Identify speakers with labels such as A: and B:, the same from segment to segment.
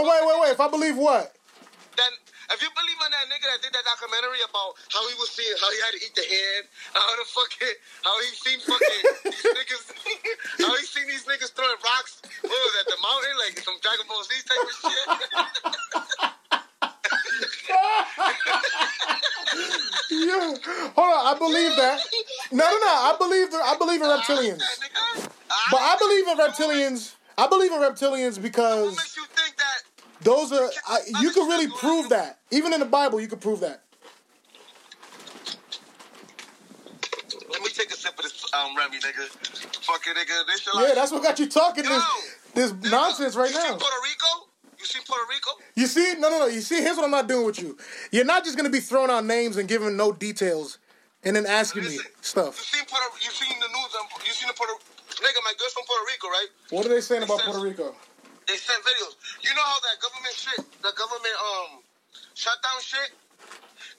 A: Oh, Wait, wait, wait. If I believe what?
B: Then if you believe in that nigga that did that documentary about how he was seeing how he had to eat the hand, how the fucking how he seen fucking these niggas how he seen these niggas throwing rocks what was that, the mountain, like some Dragon Ball Z type of shit.
A: Yeah. Hold on. I believe that. No, no, no. I believe. The, I believe in reptilians.
B: That nigga.
A: But I believe in reptilians. I believe in reptilians
B: What
A: because
B: makes you think that
A: those are. I, you can really prove that. Even in the Bible, you can prove that.
B: let me take a sip of this um Remy nigga. Fucking nigga, this shit like
A: Yeah, that's what got you talking this this
B: Nigga,
A: nonsense right
B: you
A: now.
B: seen Puerto Rico? You seen Puerto Rico?
A: You see, no, no, no. You see, here's what I'm not doing with you. You're not just gonna be throwing out names and giving no details, and then asking me
B: Listen. You
A: stuff.
B: seen Puerto? You seen the news? On, you seen the Puerto? Nigga, my girl's from Puerto Rico, right?
A: What are they saying about
B: Listen.
A: Puerto Rico?
B: They sent videos. You know how that government shit, the government um shutdown shit,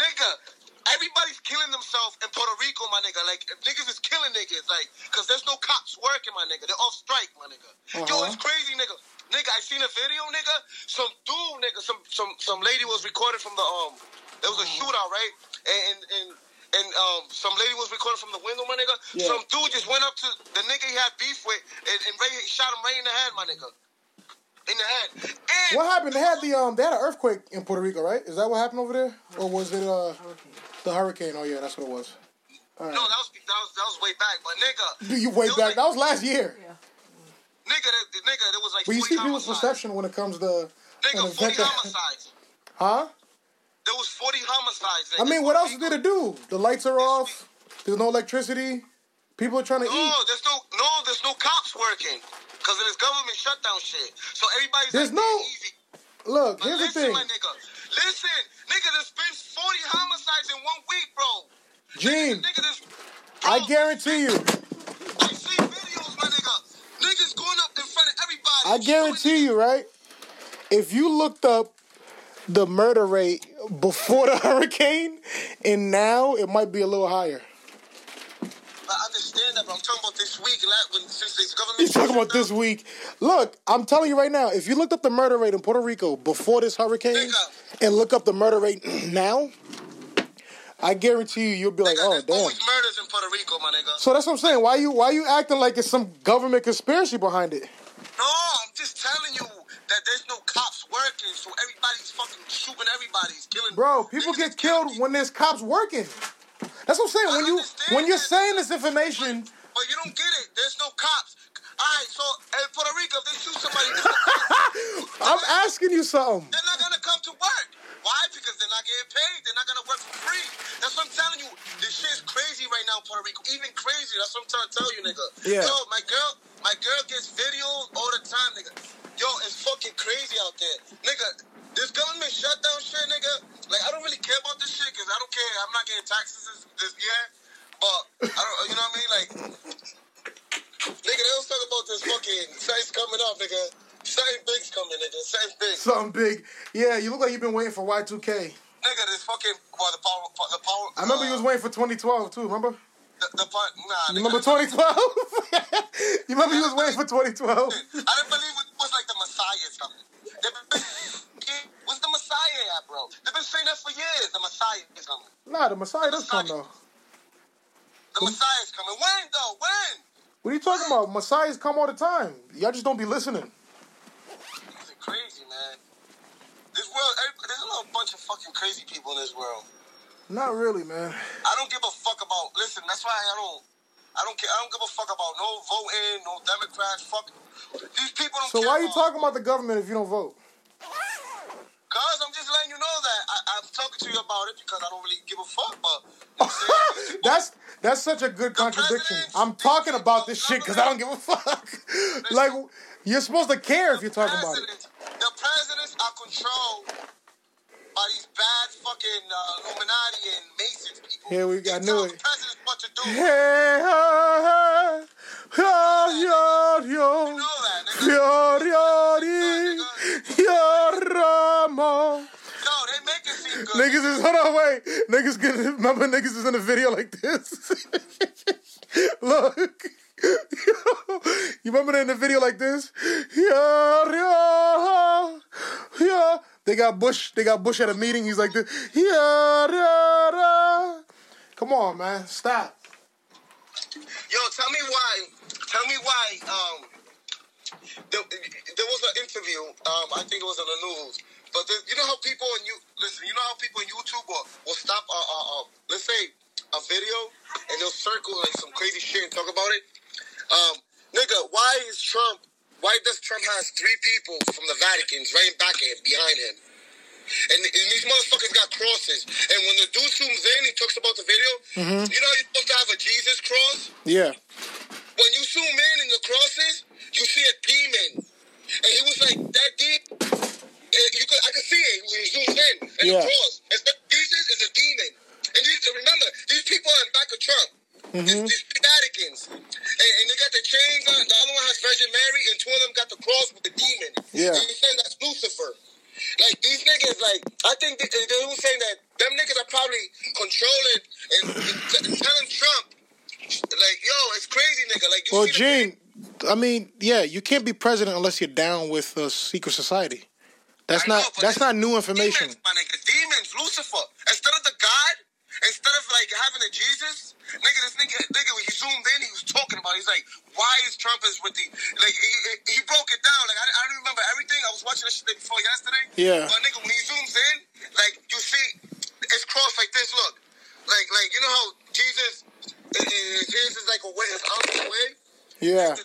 B: nigga. Everybody's killing themselves in Puerto Rico, my nigga. Like niggas is killing niggas, like, cause there's no cops working, my nigga. They're off strike, my nigga. Yo,
A: Uh-huh.
B: it's crazy, nigga. Nigga, I seen a video, nigga. Some dude, nigga, some some some lady was recorded from the um. There was a
A: Uh-huh.
B: shootout, right? And and and, and um, some lady was recorded from the window, my nigga.
A: Yeah.
B: Some dude just went up to the nigga he had beef with and, and right, shot him right in the head, my nigga in the head. And
A: What happened? They had the um, they had an earthquake in Puerto Rico, right? Is that what happened over there, or was it uh, the hurricane? Oh yeah, that's what it was.
B: no, that was, that was that was way back, but nigga,
A: You way
B: It was
A: back.
B: like-
A: That was last year.
B: nigga, that, that nigga, there was like
A: But you
B: 40
A: see people's
B: homicides.
A: perception when it comes to an
B: Nigga,
A: event
B: 40
A: that,
B: homicides.
A: huh?
B: There was 40 homicides. Nigga.
A: I mean, what else is there to do? The lights are off. There's no electricity. People are trying to
B: No,
A: eat.
B: there's no no, there's no cops working because of this government shutdown shit. So everybody's
A: There's
B: like,
A: no-
B: "Man, easy.
A: Look,
B: But
A: here's the
B: listen,
A: thing,
B: my nigga, listen, nigga, there's been 40 homicides in one week, bro.
A: Gene.
B: Nigga, there's
A: I
B: Bro,
A: guarantee you.
B: I see videos, my nigga. Niggas going up in front of everybody.
A: I guarantee you, right? If you looked up the murder rate before the hurricane and now, it might be a little higher.
B: I understand that, but I'm talking about this week, like, when, since this government.
A: You talking about this week? Look, I'm telling you right now. If you looked up the murder rate in Puerto Rico before this hurricane, and look up the murder rate now, I guarantee you, you'll be like,
B: Nigga,
A: "Oh,
B: there's
A: damn."
B: always murders in Puerto Rico, my nigga.
A: So that's what I'm saying. Why you why you acting like it's some government conspiracy behind it?
B: No, I'm just telling you that there's no cops working, so everybody's fucking shooting everybody's killing.
A: Bro, people
B: Niggas is
A: get
B: killing
A: killed when there's cops working. That's what I'm saying. When you when you're saying this information,
B: people, But you don't get it. There's no cops. All right, so in Puerto Rico, if they shoot somebody, there's no cops.
A: I'm asking you something.
B: they're not gonna come to work. Why? Because they're not getting paid. They're not gonna work for free. That's what I'm telling you. This shit's crazy right now in Puerto Rico. Even crazy. That's what I'm trying to tell you, nigga.
A: Yeah.
B: Yo, my girl, my girl gets videos all the time, nigga. Yo, it's fucking crazy out there, nigga. This government shutdown shit, nigga. Like I don't really care about this shit because I don't care. I'm not getting taxes this, this year. But I don't. You know what I mean? Like, nigga, they was talking about this fucking something's coming up, nigga. Something big's coming, nigga. Something big.
A: Something big. Yeah, you look like you've been waiting for Y2K.
B: Nigga, this fucking well, the power, the power.
A: I remember you was waiting for 2012 too. Remember?
B: The, the part, nah,
A: You
B: nigga,
A: remember 2012? you remember you was waiting for 2012?
B: I didn't believe it was like the Messiah or something. They been, was the Messiah at, bro? They've been saying that for years. The Messiah is coming.
A: Nah, the Messiah does come though.
B: The Messiah is coming. When though? When?
A: What are you talking about? Messiahs come all the time. Y'all just don't be listening.
B: This is crazy, man. This world, every- there's a little bunch of fucking crazy people in this world.
A: Not really, man.
B: I don't give a fuck about. Listen, that's why I don't. I don't care. I don't give a fuck about no voting, no Democrats. Fuck these people. Don't
A: So
B: care
A: why are you
B: about-
A: talking about the government if you don't vote?
B: Cause I'm just letting you know that I, I'm talking to you about it because I don't really give a fuck. But you know what I'm saying?
A: that's that's such a good contradiction. I'm talking about this shit because I don't give a fuck. like you're supposed to care if you're talking about it.
B: Presidents- the presidents are controlled by these bad fucking uh, Illuminati and Masons people.
A: Here we go. I
B: They
A: knew
B: tell
A: it.
B: The presidents what to do.
A: Hey, hey, hey, yo, yo,
B: You know that, nigga.
A: yo, yo, di, yo, Ramo.
B: No, they make it seem good.
A: Niggas is hold on wait. Niggas get remember niggas is in a video like this. Look. you remember that in the video like this? Yeah, yeah, yeah. They got Bush. They got Bush at a meeting. He's like this. Yeah, yeah, yeah. Come on, man. Stop.
B: Yo, tell me why. Tell me why. Um, there, there was an interview. Um, I think it was on the news. But the, you know how people on you listen. You know how people on YouTube will, will stop. Uh, uh, uh, let's say a video, and they'll circle like some crazy shit and talk about it. Um, nigga, why is Trump? Why does Trump has three people from the Vatican's right back at behind him? And, and these motherfuckers got crosses. And when the dude zooms in, he talks about the video. You know how you're supposed to have a Jesus cross?
A: Yeah.
B: when you zoom in in the crosses, you see a demon. And he was like that deep. And you could, I could see it when he zoomed in. And
A: Yeah.
B: the cross. And so Jesus is a demon. And these, remember, these people are in back of Trump.
A: Mm-hmm.
B: These, these Vaticans. And, and they got the chains on. The other one has Virgin Mary, and two of them got the cross with the demon.
A: Yeah.
B: And he said that's Lucifer. Like these niggas, like I think they, they, they were saying that them niggas are probably controlling and, and t- telling Trump, like, yo, it's crazy, nigga. Like, you
A: Well,
B: see the-
A: Gene, I mean, yeah, you can't be president unless you're down with a secret society. That's
B: I
A: not
B: know, but
A: that's
B: it's
A: not new information.
B: Demons, my nigga. Demons, Lucifer. Instead of the God, instead of like having a Jesus, nigga, this nigga, nigga, when he zoomed in, he was talking about. He's like, why is Trump is with the like? He, he- he broke it down. Like I, I don't remember everything. I was watching this shit day before yesterday.
A: Yeah.
B: But nigga, when he zooms in, like you see, it's crossed like this. Look, like like you know how Jesus, eh, eh, Jesus is like away, is out of the way.
A: Yeah.
B: The,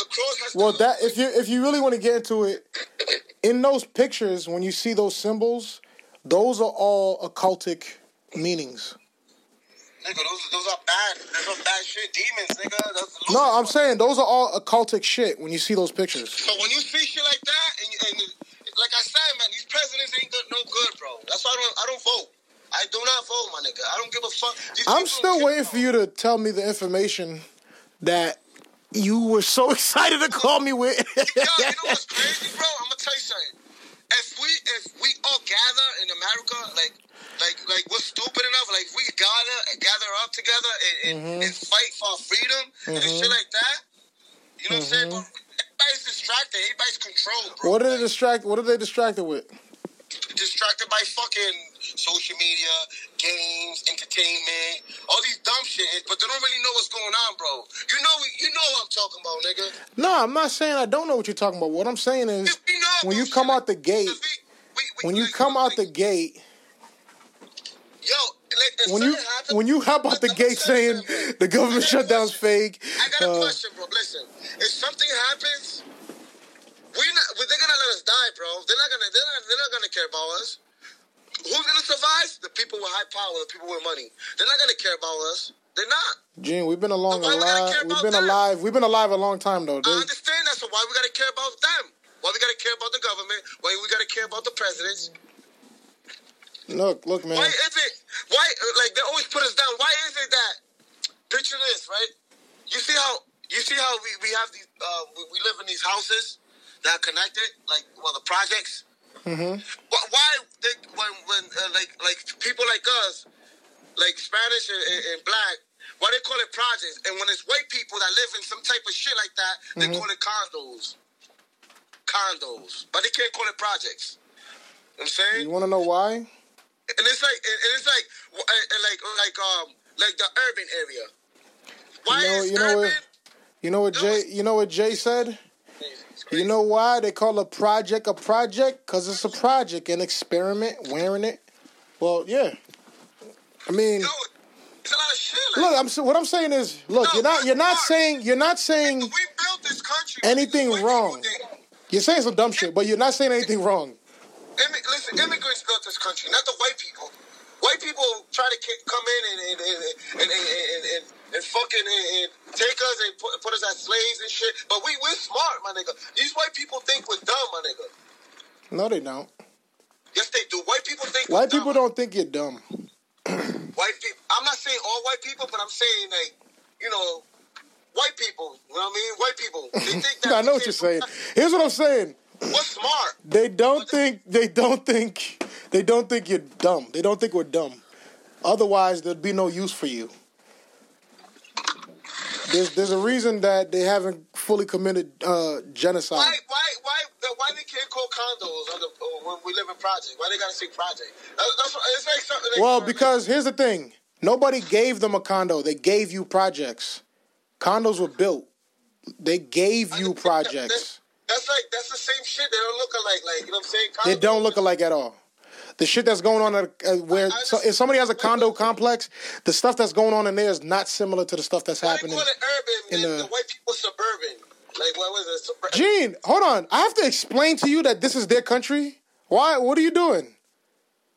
B: the cross has
A: Well,
B: to
A: that if you if you really want to get into it, in those pictures when you see those symbols, those are all occultic meanings.
B: Nigga, those, those are bad. Those are bad shit. Demons, nigga. That's
A: No, I'm
B: Lucifer.
A: saying those are all occultic shit when you see those pictures.
B: So when you see shit like that, and, and like I said, man, these presidents ain't good, no good, bro. That's why I don't, I don't vote. I do not vote, my nigga. I don't give a fuck. These
A: I'm
B: people
A: still
B: don't
A: waiting
B: give a
A: for you to tell me the information that you were so excited to call me with.
B: Yo, you know what's crazy, bro? I'm gonna tell you something. If we if we all gather in America, like like like we're stupid enough, like we gather gather up together and, and,
A: Mm-hmm.
B: and fight for our freedom and shit like that. You know what I'm saying? But everybody's distracted. Everybody's controlled, bro.
A: Mm-hmm. what are they
B: Like,
A: distract? What are they distracted with?
B: distracted by fucking social media, games, entertainment, all these dumb shit. But they don't really know what's going on, bro. You know you know what I'm talking about, nigga.
A: No, I'm not saying I don't know what you're talking about. What I'm saying is
B: We know
A: when
B: about
A: you
B: shit
A: come
B: like
A: out the gate,
B: Cause we- we- we-
A: when you
B: like,
A: come out
B: like,
A: the gate,
B: Yo, like, if
A: when you
B: something happens-
A: when you hop out the
B: Let me
A: gate
B: tell you
A: saying
B: something, bro.
A: the government
B: I got a
A: shutdown's
B: question.
A: fake,
B: I got a
A: uh,
B: question, bro. Listen, if something happens, we're not. well, They're gonna let us die, bro. They're not gonna. They're not. They're not gonna care about us. Who's gonna survive? The people with high power, the people with money. They're not gonna care about us. They're not.
A: Gene, we've been along
B: Why would I
A: alive.
B: care
A: We've
B: about
A: been
B: that?
A: alive. We've been alive a long time though.
B: I
A: There's-
B: understand that. So why we gotta care about them? Why we gotta care about the government? Why we gotta care about the presidents?
A: Look, look, man.
B: Why is it? Why like they always put us down? Why is it that? Picture this, right? You see how you see how we, we have these uh, we, we live in these houses that are connected, like well the projects. Mm-hmm. Why, why they, when when uh, like like people like us, like Spanish and, and, and black, why they call it projects? And when it's white people that live in some type of shit like that, they call it condos. Condos, but they can't call it projects. You know what I'm saying
A: You want to know why?
B: and it's like and and it's like w- and and like like um like the urban area. Why
A: You know,
B: is
A: you know
B: urban?
A: what? You know what Jay? You know what Jay said? You know why they call a project a project? Cause it's a project, an experiment, wearing it. Well, yeah. I mean,
B: Yo, it's a lot of shit. Like,
A: look. I'm s- what I'm saying is, look. You're not. You're not saying. You're not saying.
B: we built this country.
A: anything
B: White
A: wrong.
B: people did.
A: You're saying some dumb shit, but you're not saying anything wrong.
B: Immi- listen, immigrants built this country, not the white people. White people try to ca- come in and and and and, and, and, and, and fucking and, and take us and put, put us as slaves and shit. But we we're smart, my nigga. These white people think we're dumb, my nigga.
A: No, they don't.
B: Yes, they do. White people think
A: White
B: we're
A: people
B: dumb.
A: don't think you're dumb.
B: white people. I'm not saying all white people, but I'm saying like, you know, white people. You know what I mean? White people. They think that
A: I know
B: we
A: what you're saying.
B: can't-
A: Here's what I'm saying.
B: We're smart.
A: They don't think. They don't think. They don't think you're dumb. They don't think we're dumb. Otherwise, there'd be no use for you. There's there's a reason that they haven't fully committed uh, genocide.
B: Why, why, why, the- why they can't call condos on the, or when we live in project? Why they gotta say project? That, that's what, it's like something. Like
A: Well, because here's the thing: nobody gave them a condo. They gave you projects. Condos were built. They gave you projects.
B: That's like that's the same shit. They don't look alike. Like you know what I'm saying?
A: They don't look alike at all. The shit that's going on at, uh, where so, if somebody has a condo complex, the stuff that's going on in there is not similar to the stuff that's
B: Why they
A: happening.
B: call it urban?
A: in
B: then
A: the-
B: the, white people suburban. Like what was it? Suburban.
A: Gene, hold on. I have to explain to you that this is their country. Why? What are you doing?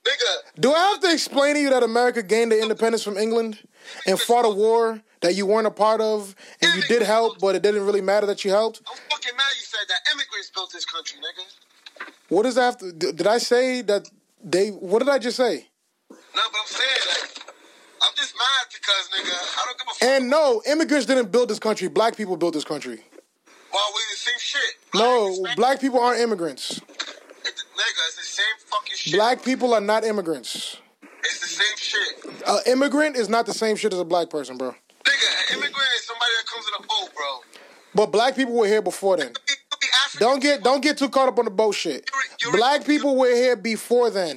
B: Nigga,
A: Do I have to explain to you that America gained their independence from England and fought a war that you weren't a part of and you did help, but it didn't really matter that you helped?
B: I'm fucking mad you said that. Immigrants built this country, nigga.
A: What does that have to? Did I say that they? What did I just say?
B: No, but I'm saying like I'm just mad because nigga, I don't give a fuck.
A: And no, immigrants didn't build this country. Black people built this country.
B: Why we the same shit?
A: No,
B: Black,
A: black people aren't immigrants.
B: Hispanic- nigga, it's the same fucking shit.
A: Black people are not immigrants.
B: It's the same shit.
A: An immigrant is not the same shit as a black person, bro.
B: Nigga, an immigrant is somebody that comes in a boat, bro.
A: But black people were here before then.
B: It could be African.
A: Don't get don't get too caught up on the bullshit. Black people were here before then.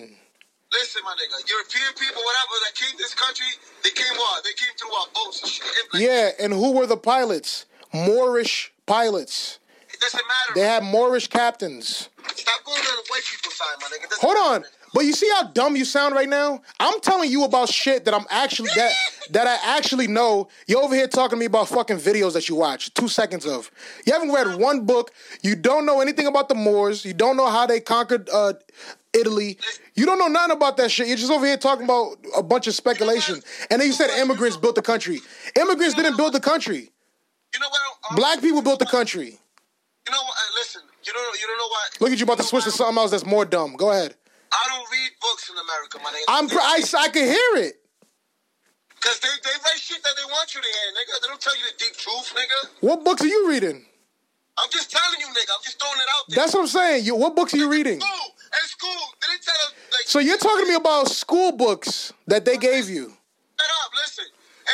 B: Listen, my nigga, European people, whatever, that came to this country, they came what? They came through our boats and shit. Like,
A: Yeah, and who were the pilots? Moorish pilots.
B: It doesn't matter.
A: They had Moorish captains.
B: Stop going on the white people's side, my nigga. It doesn't
A: Hold on.
B: matter.
A: But you see how dumb you sound right now? I'm telling you about shit that I'm actually that that I actually know. You're over here talking to me about fucking videos that you watch, two seconds of. You haven't read one book. You don't know anything about the Moors. You don't know how they conquered uh, Italy. You don't know nothing about that shit. You're just over here talking about a bunch of speculation. And then you said immigrants built the country. Immigrants didn't build the country.
B: You know what? I'm-
A: Black people built the country.
B: You know what? Uh, listen, you don't, you don't know what?
A: Look at you about to
B: know
A: switch to
B: why
A: something else that's more dumb. Go ahead.
B: I don't read books in America, my nigga.
A: I'm pr- I, I can hear it.
B: Because they, they write shit that they want you to hear, nigga. They don't tell you the deep truth, nigga.
A: What books are you reading?
B: I'm just telling you, nigga. I'm just throwing it out there.
A: That's what I'm saying. You, what books are you reading?
B: school. At school, they didn't tell us, like,
A: So you're talking to me about school books that they gave you.
B: Shut up, listen.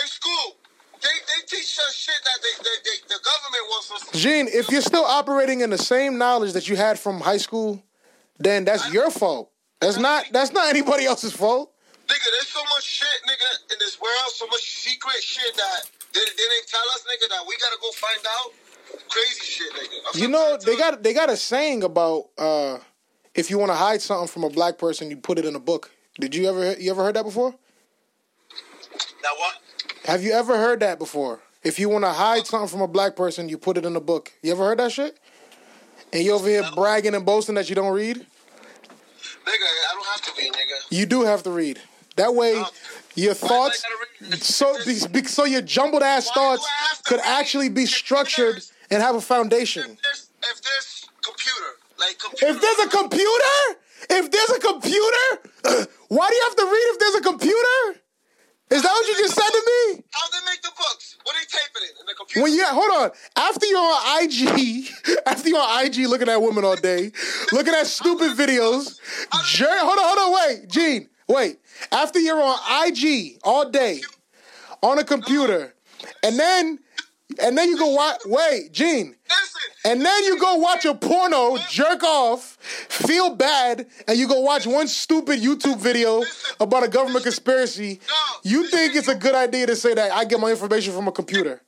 B: In school, they, they teach us shit that they, they, they, the government wants us to
A: Gene, if you're still operating in the same knowledge that you had from high school, then that's your fault. That's not that's not anybody else's fault.
B: Nigga, there's so much shit, nigga, in this world, so much secret shit that they, they didn't tell us, nigga, that we gotta go find out. Crazy shit, nigga. I'm
A: You
B: not
A: know,
B: trying to
A: they
B: tell
A: got they got a saying about uh if you want to hide something from a black person, you put it in a book. Did you ever you ever heard that before?
B: you. Now what?
A: Have you ever heard that before? If you want to hide something from a black person, you put it in a book. You ever heard that shit? And you over here bragging and boasting that you don't read?
B: Nigga, I don't have to be, nigga.
A: You do have to read. That way, your thoughts,
B: Why do I gotta read?
A: so these big- so your jumbled ass
B: Why do I
A: thoughts
B: have to
A: could
B: read?
A: actually be structured and have a
B: If
A: foundation.
B: there's, if there's computer, like computer.
A: If there's a computer, if there's a computer, why do you have to read if there's a computer? Is that what you just said to me?
B: How they make the books? What they taping it in the computer?
A: When you hold on, after you're on IG, after you're on IG looking at women all day, looking at stupid videos, jer- hold on, hold on, wait, Gene, wait. After you're on IG all day, on a computer, and then and then you go watch. Wait, Gene.
B: Listen,
A: And then you go watch a porno, jerk off, feel bad, and you go watch one stupid YouTube video about a government conspiracy. You think it's a good idea to say that I get my information from a computer?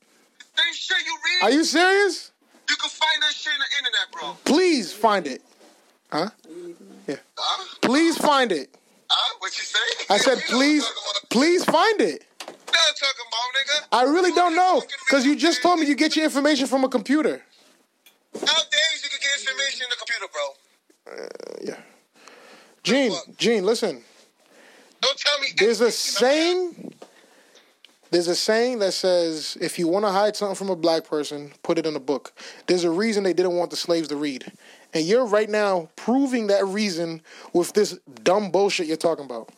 B: same shit you read,
A: Are you serious?
B: you can find that shit in the internet, bro.
A: Please find it. Huh? Yeah.
B: Huh?
A: Please find it.
B: Huh? What you say?
A: I said,
B: You know what I'm
A: please,
B: talking about.
A: please find it.
B: You know what I'm talking about, nigga.
A: I really don't know because you just told me you get your information from a computer.
B: Nowadays, you can get information in the computer, bro.
A: Yeah. Gene, Gene, listen.
B: Don't tell me.
A: There's a saying. There's a saying that says if you want to hide something from a black person, put it in a book. There's a reason they didn't want the slaves to read. And you're right now proving that reason with this dumb bullshit you're talking about.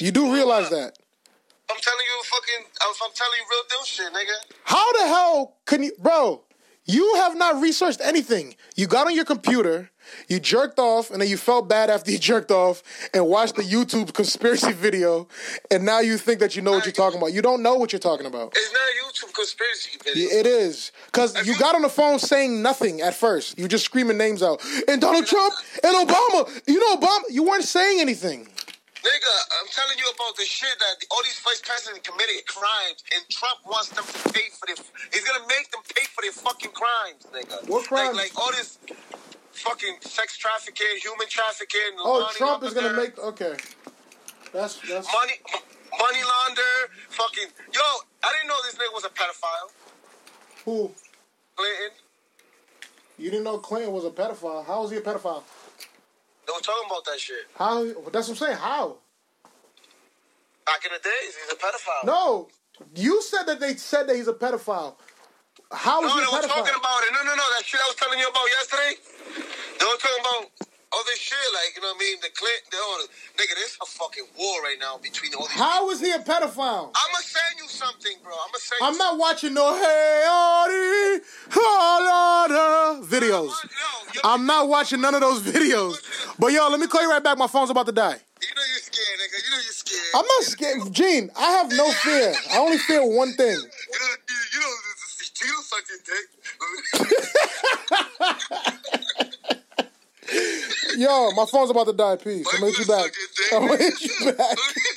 A: You do realize that.
B: I'm telling you, fucking. I'm, I'm telling you, real deal shit, nigga.
A: How the hell can you, bro? You have not researched anything. You got on your computer, you jerked off, and then you felt bad after you jerked off and watched the YouTube conspiracy video, and now you think that you know what you're talking about. You don't know what you're talking about.
B: It's not a YouTube conspiracy video.
A: It is. Because you got on the phone saying nothing at first. You just screaming names out. And Donald Trump and Obama. You know, Obama, you weren't saying anything.
B: Nigga, I'm telling you about the shit that all these vice presidents committed crimes, and Trump wants them to pay for their. He's gonna make them pay for their fucking crimes, nigga.
A: What crimes?
B: Like, like all this fucking sex trafficking, human trafficking.
A: Oh,
B: money
A: Trump is going to
B: laundering,
A: make. Okay. That's. that's
B: money, money launder, fucking. Yo, I didn't know this nigga was a pedophile,
A: who?
B: Clinton.
A: You didn't know Clinton was a pedophile. How is he a pedophile?
B: They were talking about that shit
A: How? That's what I'm saying. How?
B: back in the days. He's a pedophile.
A: No, you said that they said that he's a pedophile. How is
B: No,
A: he a
B: they were talking
A: pedophile?
B: about it. No, no, no. That shit I was telling you about yesterday. They were talking about all this shit, like you know what I mean. The Clinton, the, all the, nigga, there's a fucking war right now between all these.
A: How is he a pedophile?
B: I'ma send you something, bro. I'ma send.
A: I'm
B: you
A: not watching no Hey Artie, Alana videos.
B: something. Yo, yo,
A: I'm not watching none of those videos. But yo, let me call you right back. My phone's about to die.
B: you know you're scared, nigga. You know you're scared.
A: I'm not scared. Gene, I have no fear. I only fear one thing.
B: You know, you, you know, you don't suck your dick.
A: Yo, my phone's about to die. Peace.
B: Why
A: I'll meet you
B: you
A: back.
B: suck your dick?
A: I'll meet you back.
B: Look.